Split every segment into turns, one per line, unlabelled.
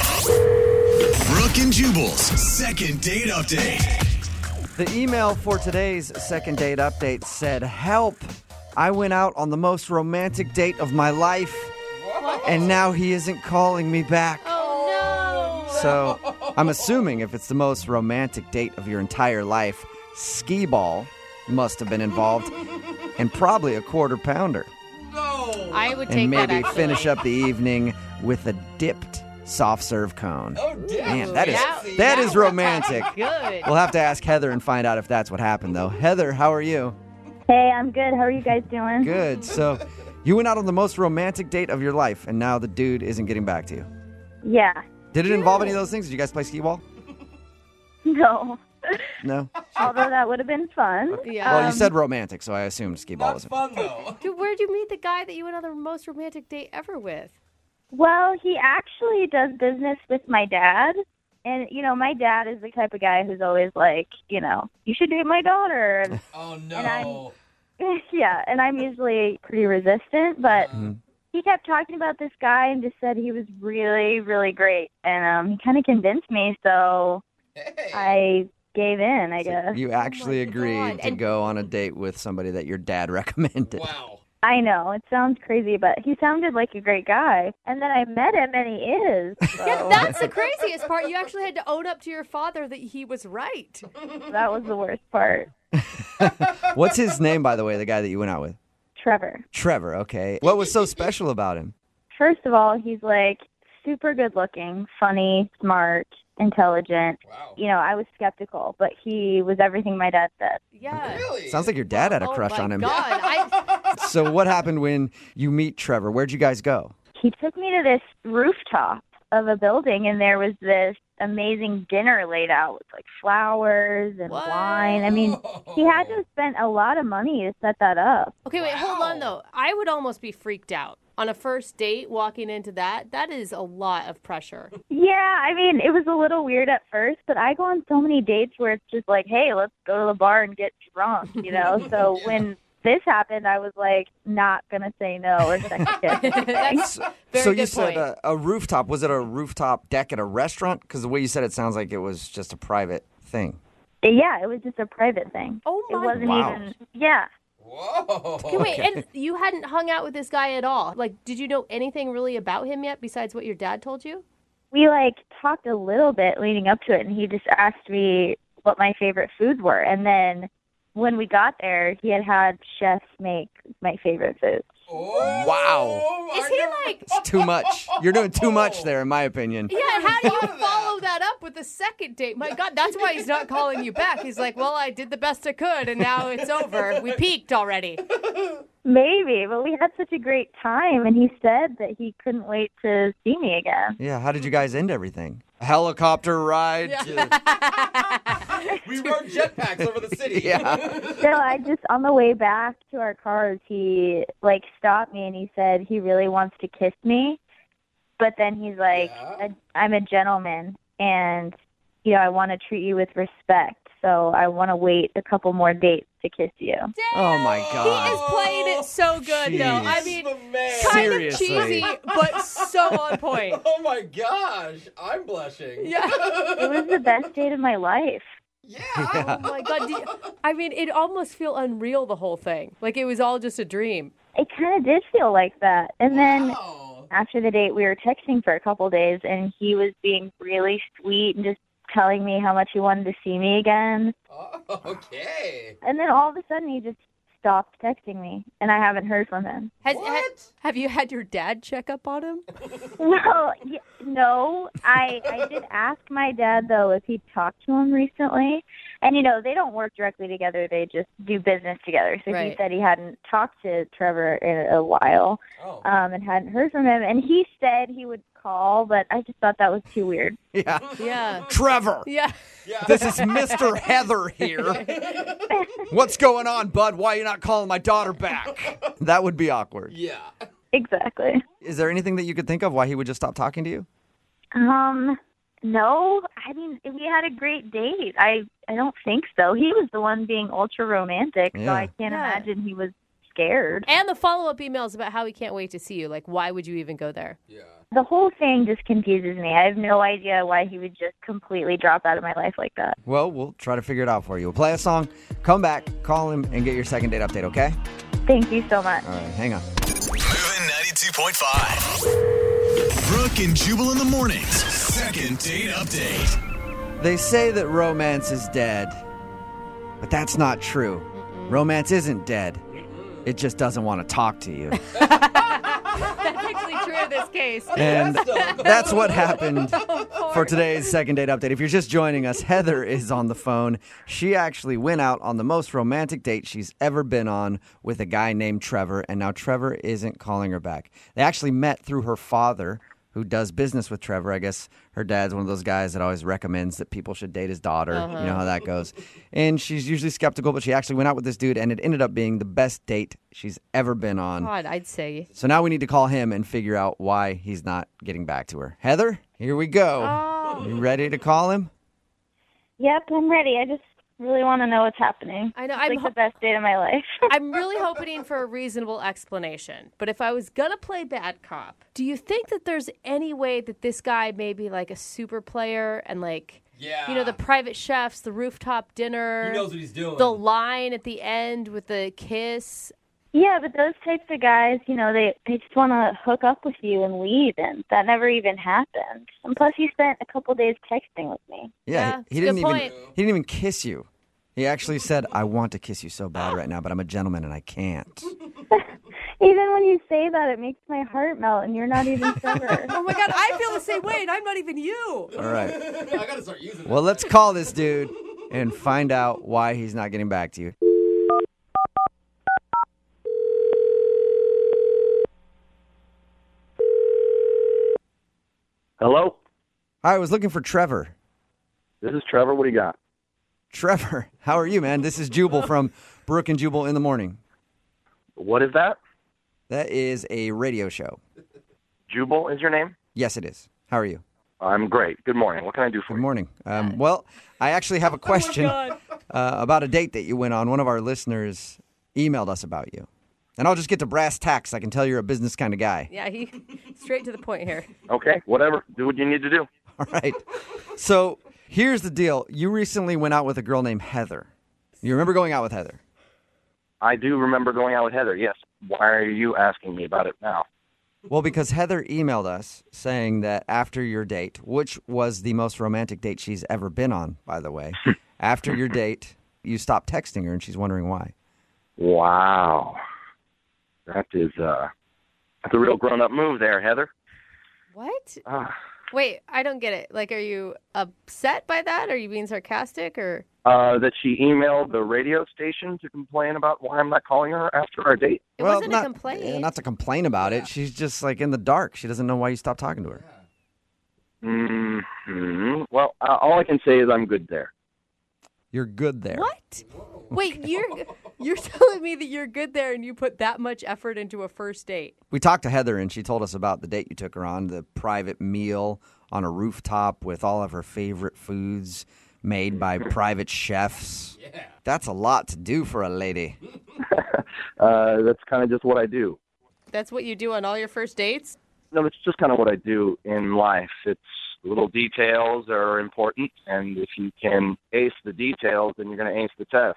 101.5. Brooke and Jubal's second date update.
The email for today's second date update said, Help! I went out on the most romantic date of my life, and now he isn't calling me back.
Oh
So I'm assuming if it's the most romantic date of your entire life, skee ball must have been involved, and probably a quarter pounder.
no! I would take
and maybe
that. actually.
finish up the evening with a dipped soft serve cone.
Oh, damn.
Man, that is
That-
that
that
is
was
romantic.
Good.
We'll have to ask Heather and find out if that's what happened, though. Heather, how are you?
Hey, I'm good. How are you guys doing?
Good. So, you went out on the most romantic date of your life, and now the dude isn't getting back to you.
Yeah.
Did it involve any of those things? Did you guys play skee ball?
No.
No.
Although that would have been fun.
yeah.
Well, you said romantic, so I assumed skee ball
Not
was.
fun, though.
Dude, where'd you meet the guy that you went on the most romantic date ever with?
Well, he actually does business with my dad. And, you know, my dad is the type of guy who's always like, you know, you should date my daughter. And,
Oh,
I'm-
no.
yeah, and I'm usually pretty resistant, but he kept talking about this guy and just said he was really, really great. And um, he kind of convinced me, so
Hey.
I gave in, I guess.
You actually
Oh God.
agreed to
And-
go on a date with somebody that your dad recommended.
Wow.
I know it sounds crazy, but he sounded like a great guy. And then I met him, and he is.
Oh.
So
That's the craziest part. You actually had to own up to your father that he was right.
that was the worst part.
What's his name, by the way, the guy that you went out with?
Trevor.
Trevor, okay. What was so special about him?
First of all, he's like super good looking, funny, smart, intelligent.
Wow.
You know, I was skeptical, but he was everything my dad said.
Yeah.
Really?
Sounds like your dad had a
Oh
crush
my
on him.
God. I,
So what happened when you meet Trevor? Where'd you guys go?
He took me to this rooftop of a building, and there was this amazing dinner laid out with like flowers and
What?
wine. I mean, he had to have spent a lot of money to set that up.
okay, wait, hold on though. I would almost be freaked out on a first date walking into that. That is a lot of pressure.
Yeah, I mean, it was a little weird at first, but I go on so many dates where it's just like, hey, let's go to the bar and get drunk, you know? So when this happened, I was like, not going to say no or second guess.
That's very
so
good
you said
point.
a, a rooftop. Was it a rooftop deck at a restaurant? Because the way you said it sounds like it was just a private thing.
yeah, it was just a private thing.
oh
It
my
wasn't
Wow.
even, yeah.
Oh,
Whoa.
Wait, and you hadn't hung out with this guy at all. Like, did you know anything really about him yet besides what your dad told you?
We like talked a little bit leading up to it, and he just asked me what my favorite foods were. And then when we got there, he had had chefs make my favorite foods.
Oh,
Wow.
Is
are
he
you-
like,
It's too much. You're doing too much there, in my opinion.
yeah, how do you follow that up with a second date? My God, that's why he's not calling you back. He's like, well, I did the best I could, and now it's over. We peaked already.
Maybe, but we had such a great time, and he said that he couldn't wait to see me again.
Yeah. How did you guys end everything? Helicopter ride. to-
We rode jetpacks over the city.
Yeah.
So I just, on the way back to our cars, he like stopped me and he said he really wants to kiss me, but then he's like,
Yeah.
"I- "I'm a gentleman, and you know I want to treat you with respect, so I want to wait a couple more dates to kiss you."
Oh my
He
god.
is playing it so good, though. I
Jeez.
mean,
The man.
kind
Seriously.
of cheesy, but so on point.
Oh my gosh, I'm blushing.
It was the best date of my life.
Yeah.
Oh my God. do you- I mean, it almost feel unreal, the whole thing. Like it was all just a dream.
It kind of did feel like that, and then.
Wow.
after the date we were texting for a couple days and he was being really sweet and just telling me how much he wanted to see me again
Oh, okay.
and then all of a sudden he just stopped texting me and i haven't heard from him
Has, ha-
What?
have you had your dad check up on him?
no y- no i i did ask my dad though if he'd talked to him recently and you know they don't work directly together they just do business together so
Right.
he said he hadn't talked to trevor in a while
Oh.
um and hadn't heard from him and he said he would call but i just thought that was too weird
yeah.
Yeah.
Trevor.
Yeah.
yeah.
This is Mr. Heather here. What's going on, bud? Why are you not calling my daughter back? That would be awkward.
yeah.
exactly
Is there anything that you could think of why he would just stop talking to you?
Um, no. I mean, we had a great date. I I don't think so. He was the one being ultra romantic, so
Yeah.
I can't
Yeah.
imagine he was scared.
And the follow up emails about how he can't wait to see you. Like, why would you even go there?
Yeah.
The whole thing just confuses me. I have no idea why he would just completely drop out of my life like that.
Well, we'll try to figure it out for you. We'll play a song, come back, call him, and get your second date update, okay?
Thank you so much.
All right, hang on.
Moving 92.5. Brooke and Jubal in the mornings. Second date update.
They say that romance is dead, but that's not true. Romance isn't dead, it just doesn't want to talk to you.
That's actually true in this case.
And
Still.
that's what happened for today's second date update. If you're just joining us, Heather is on the phone. She actually went out on the most romantic date she's ever been on with a guy named Trevor, and now Trevor isn't calling her back. They actually met through her father, who does business with Trevor. I guess her dad's one of those guys that always recommends that people should date his daughter. You know how that goes. And she's usually skeptical, but she actually went out with this dude, and it ended up being the best date she's ever been on.
God, I'd say.
So now we need to call him and figure out why he's not getting back to her. Heather, here we go.
Oh.
You ready to call him?
Yep, I'm ready. I just really want to know what's happening.
I know.
It's
I'm,
like
ho-
the best date of my life.
I'm really hoping for a reasonable explanation. But if I was going to play bad cop, do you think that there's any way that this guy may be like a super player and like,
Yeah.
you know, the private chefs, the rooftop dinner,
He knows what he's doing.
the line at the end with the kiss?
yeah, but those types of guys, you know, they they just want to hook up with you and leave, and that never even happened. And plus, he spent a couple days texting with me.
Yeah,
he, he
it's
didn't
a good
even
point.
he didn't even kiss you. He actually said, "I want to kiss you so bad right now, but I'm a gentleman and I can't."
Even when you say that, it makes my heart melt, and you're not even sober.
Oh my God, I feel the same way, and I'm not even you.
All right.
I gotta start using that.
Well, let's call this dude and find out why he's not getting back to you.
Hello,
Hi, I was looking for Trevor.
this is Trevor. What do you got?
Trevor, how are you, man? This is Jubal from Brooke and Jubal in the Morning.
What is that?
That is a radio show.
Jubal is your name?
Yes, it is. How are you?
I'm great. Good morning. What can I do for
Good
you?
morning. Um, well, I actually have a question uh, about a date that you went on. One of our listeners emailed us about you. And I'll just get to brass tacks. I can tell you're a business kind of guy.
Yeah, he straight to the point here.
Okay, whatever. Do what you need to do.
All right. So here's the deal you recently went out with a girl named Heather. You remember going out with Heather?
I do remember going out with Heather. Yes. Why are you asking me about it now?
Well, because Heather emailed us saying that after your date, which was the most romantic date she's ever been on, by the way, after your date, you stopped texting her and she's wondering why.
Wow, that is uh, that's a real grown-up move there, Heather.
What?
Ah.
Wait, I don't get it. Like, are you upset by that? Are you being sarcastic or?
Uh, that she emailed the radio station to complain about why I'm not calling her after our date.
It wasn't a complaint.
yeah, Not to complain about it. She's just like in the dark. She doesn't know why you stopped talking to her.
hmm Well, uh, all I can say is I'm good there.
You're good there.
What? Wait, you're you're telling me that you're good there and you put that much effort into a first date.
We talked to Heather and she told us about the date you took her on, the private meal on a rooftop with all of her favorite foods made by private chefs. Yeah. That's a lot to do for a lady.
Uh, that's kind of just what I do.
That's what you do on all your first dates?
no, it's just kind of what I do in life. It's little details are important, and if you can ace the details, then you're going to ace the test.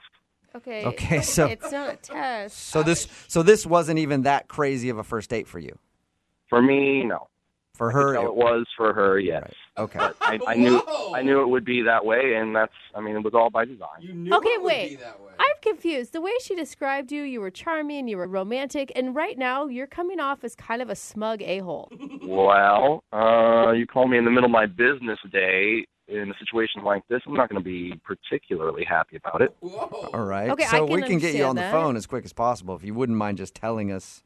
Okay.
Okay, so-
it's not a test.
So this so this wasn't even that crazy of a first date for you.
For me, no.
For
So
her
it
it,
was for her, yes.
okay.
I, I knew
Whoa.
I knew it would be that way, and that's I mean it was all by design.
You knew
Okay,
it would
wait.
be that way.
I'm confused. The way she described you, you were charming, you were romantic, and right now you're coming off as kind of a smug a hole.
Well, uh, you call me in the middle of my business day in a situation like this. I'm not going to be particularly happy about it.
Whoa.
All right.
Okay, I
so
can
we can get you
understand
on the
that.
phone as quick as possible if you wouldn't mind just telling us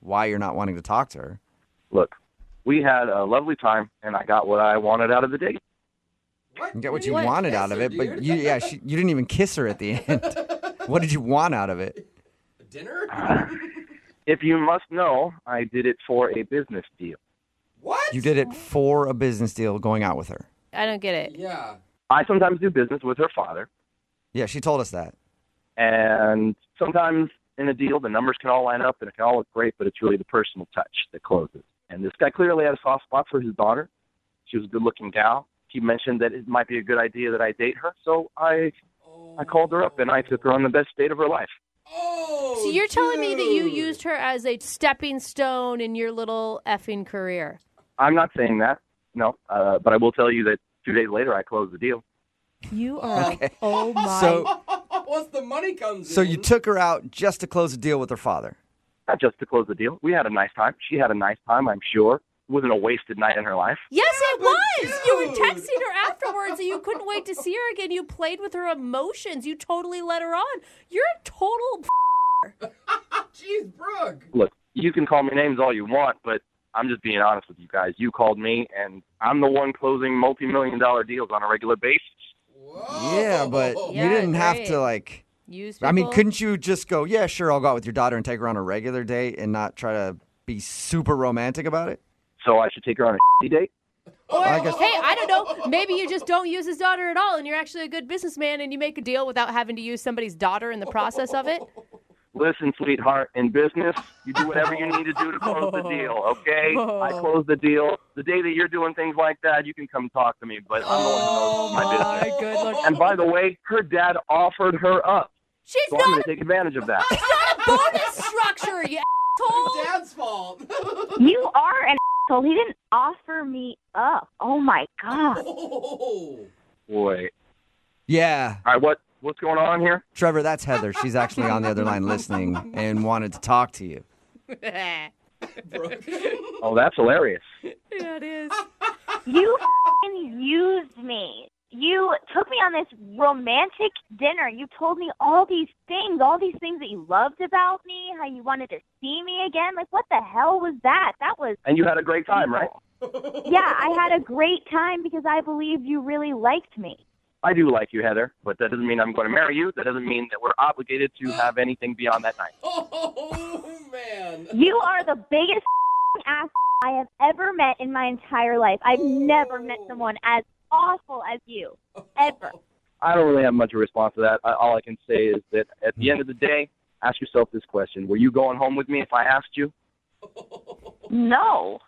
why you're not wanting to talk to her.
Look, we had a lovely time, and I got what I wanted out of the date.
You get what you
What?
wanted out of it, but you, yeah, she, you didn't even kiss her at the end. what did you want out of it?
Dinner?
If you must know, I did it for a business deal.
What?
You did it for a business deal going out with her.
I don't get it.
Yeah.
I sometimes do business with her father,
Yeah, she told us that.
and sometimes in a deal, the numbers can all line up and it can all look great, but it's really the personal touch that closes. And this guy clearly had a soft spot for his daughter. She was a good looking gal. He mentioned that it might be a good idea that I date her, so I I called her up and I took her on the best date of her life.
Oh,
So you're telling me that you
dude.
used her as a stepping stone in your little effing career.
I'm not saying that, no, uh, but I will tell you that two days later I closed the deal.
You are a, oh my.
So,
Oh, Once the money comes
so
in.
you took her out just to close a deal with her father.
Not just to close the deal. We had a nice time. She had a nice time, I'm sure. It wasn't a wasted night in her life.
yes, it was. You were
dude.
texting her afterwards, and you couldn't wait to see her again. You played with her emotions. You totally let her on. You're a total.
Jeez, Brooke.
Look, you can call me names all you want, but I'm just being honest with you guys. You called me, and I'm the one closing multi million dollar deals on a regular basis.
Whoa.
Yeah, but
Oh. Yeah,
you didn't have
great.
to like.
Use.
I mean,
people.
couldn't you just go? Yeah, sure. I'll go out with your daughter and take her on a regular date and not try to be super romantic about it.
So I should take her on a shitty date?
Or,
I guess-
hey, I don't know. Maybe you just don't use his daughter at all, and you're actually a good businessman, and you make a deal without having to use somebody's daughter in the process of it.
Listen, sweetheart, in business, you do whatever you need to do to close the deal, okay? I close the deal. The day that you're doing things like that, you can come talk to me, but I'm the one who knows my business.
good lord.
And by the way, her dad offered her up.
She's
So I'm
not
going to take advantage of that.
a bonus structure, you asshole.
Dad's fault.
You are an asshole. He didn't offer me up. Oh my god.
oh.
Boy.
Yeah,
All right, what, what's going on here?
Trevor, that's Heather. She's actually on the other line listening and wanted to talk to you.
Brooke.
Oh, that's hilarious.
Yeah, it is.
You fing used me. You took me on this romantic dinner. You told me all these things, all these things that you loved about me, how you wanted to see me again. Like, what the hell was that? That was,
And you had a great time, right?
yeah, I had a great time because I believed you really liked me.
I do like you, Heather, but that doesn't mean I'm going to marry you. That doesn't mean that we're obligated to have anything beyond that night.
oh, man.
You are the biggest ass I have ever met in my entire life. I've never met someone as awful as you, ever.
I don't really have much of a response to that. I, all I can say is that at the end of the day, ask yourself this question Were you going home with me if I asked you?
No.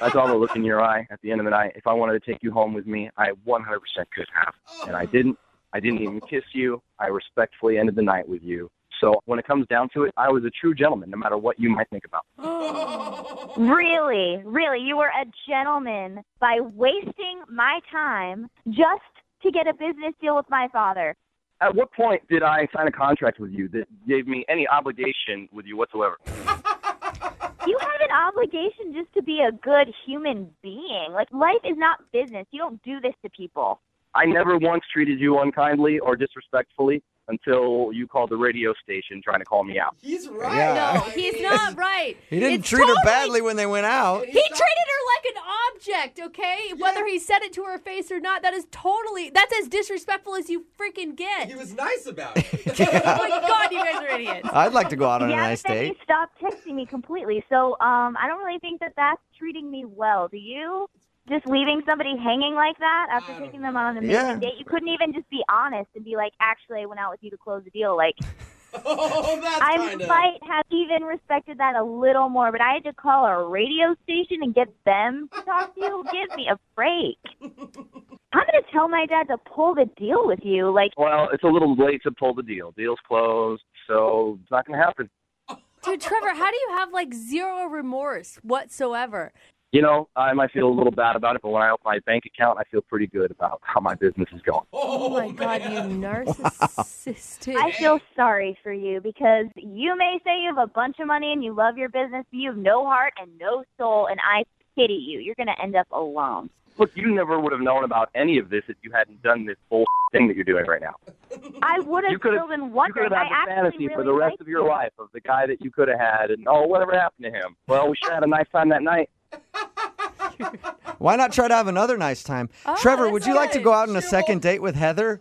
I saw the look in your eye at the end of the night. If I wanted to take you home with me, I 100% could have. And I didn't. I didn't even kiss you. I respectfully ended the night with you. So when it comes down to it, I was a true gentleman, no matter what you might think about. me.
Really, really, you were a gentleman by wasting my time just to get a business deal with my father.
At what point did I sign a contract with you that gave me any obligation with you whatsoever?
You have an obligation just to be a good human being. Like, life is not business. You don't do this to people.
I never once treated you unkindly or disrespectfully until you called the radio station trying to call me out.
He's right.
Yeah.
No, he's not right.
He didn't
It's
treat her
totally-
badly when they went out.
He treated her like an object, okay? Whether he said it to her face or not, that is totally that's as disrespectful as you freaking get.
He was nice about it.
Oh my god, you guys are idiots.
I'd like to go out on
yeah,
a nice
but then
date.
you stopped texting me completely. So, um, I don't really think that that's treating me well. Do you? Just leaving somebody hanging like that after
I don't
taking them on an amazing
Yeah.
date. You couldn't even just be honest and be like, actually, I went out with you to close the deal. Like,
oh, that's
I
kind of.
might have even respected that a little more, but I had to call a radio station and get them to talk to you. Give me a break. I'm going to tell my dad to pull the deal with you. Like,
Well, it's a little late to pull the deal. Deal's closed, so it's not going to happen.
Dude, Trevor, how do you have like zero remorse whatsoever?
You know, I might feel a little bad about it, but when I open my bank account, I feel pretty good about how my business is going.
Oh my god, you narcissistic.
I feel sorry for you because you may say you have a bunch of money and you love your business, but you have no heart and no soul, and I pity you. You're going to end up alone.
Look, you never would have known about any of this if you hadn't done this bull thing that you're doing right now.
I would
You
have
could've-
still been
You could
wondering.
have had
I
the
actually
fantasy
really
for the rest
liked
of your
you.
life of the guy that you could have had, and oh, whatever happened to him? Well, we should have had a nice time that night.
Why not try to have another nice time?
Oh,
Trevor,
that's
would you like to
good.
go out on a second date with Heather?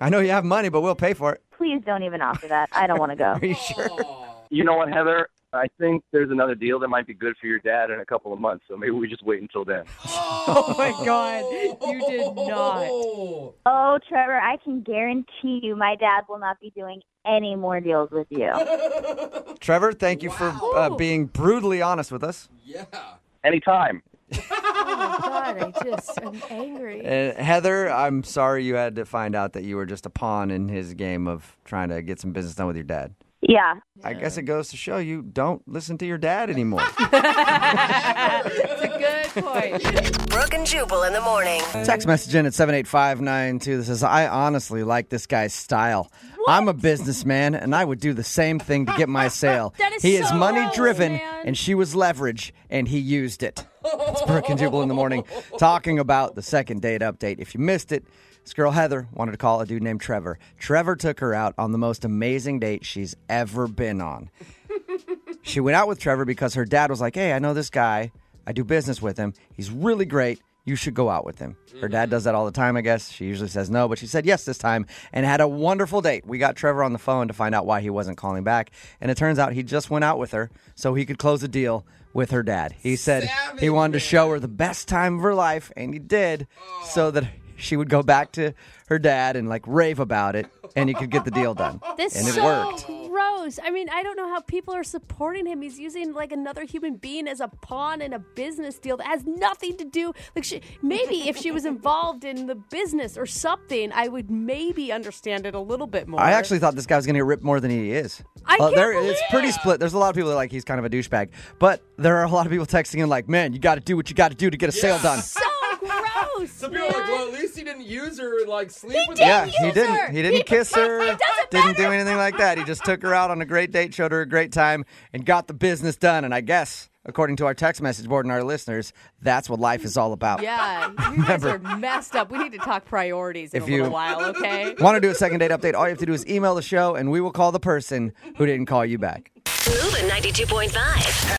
I know you have money, but we'll pay for it.
Please don't even offer that. I don't want to go.
Oh.
Are you sure?
Oh.
You know what, Heather? I think there's another deal that might be good for your dad in a couple of months. So maybe we just wait until then.
Oh my God. You did not.
Oh.
Oh, Trevor, I can guarantee you my dad will not be doing any more deals with you.
Trevor, thank you for uh,
Wow.
being brutally honest with us.
Yeah.
Anytime.
Oh God, I just, I'm angry.
Uh, Heather, I'm sorry you had to find out that you were just a pawn in his game of trying to get some business done with your dad.
Yeah.
I guess it goes to show you don't listen to your dad anymore.
That's a good point.
Brooke and Jubal in the morning.
Text message in at 78592 that says, I honestly like this guy's style. I'm a businessman and I would do the same thing to get my sale.
That is
he is
so
money
gross,
driven
man.
and she was leverage and he used it. It's Brooke and Jubal in the morning talking about the second date update. If you missed it, this girl Heather wanted to call a dude named Trevor. Trevor took her out on the most amazing date she's ever been on. She went out with Trevor because her dad was like, Hey, I know this guy. I do business with him. He's really great. You should go out with him. Her dad does that all the time, I guess. She usually says no, but she said yes this time and had a wonderful date. We got Trevor on the phone to find out why he wasn't calling back. And it turns out he just went out with her so he could close a deal with her dad. He said he
Savage,
wanted to show her the best time of her life, and he did so that she would go back to her dad and like rave about it and he could get the deal done.
This
and
is
it
so
worked.
gross. I mean, I don't know how people are supporting him. He's using like another human being as a pawn in a business deal that has nothing to do. Like, she, maybe if she was involved in the business or something, I would maybe understand it a little bit more.
I actually thought this guy was going to get ripped more than he is. Uh,
I can't
there,
believe
it's pretty split. There's a lot of people that are like he's kind of a douchebag, but there are a lot of people texting in like, "Man, you got to do what you got to do to get a sale done."
so gross.
Some people are like,
man.
well, at least he didn't use her and like sleep with
yeah,
her.
he
use
didn't.
her.
He didn't
He-
kiss her.
it doesn't
Didn't do
matter.
anything like that. He just took her out on a great date, showed her a great time, and got the business done. And I guess, according to our text message board and our listeners, that's what life is all about.
Yeah, you guys are messed up. We need to talk priorities in
If
a little
you-
while, okay?
Want to do a second date update? All you have to do is email the show, and we will call the person who didn't call you back.
Moving 92.5.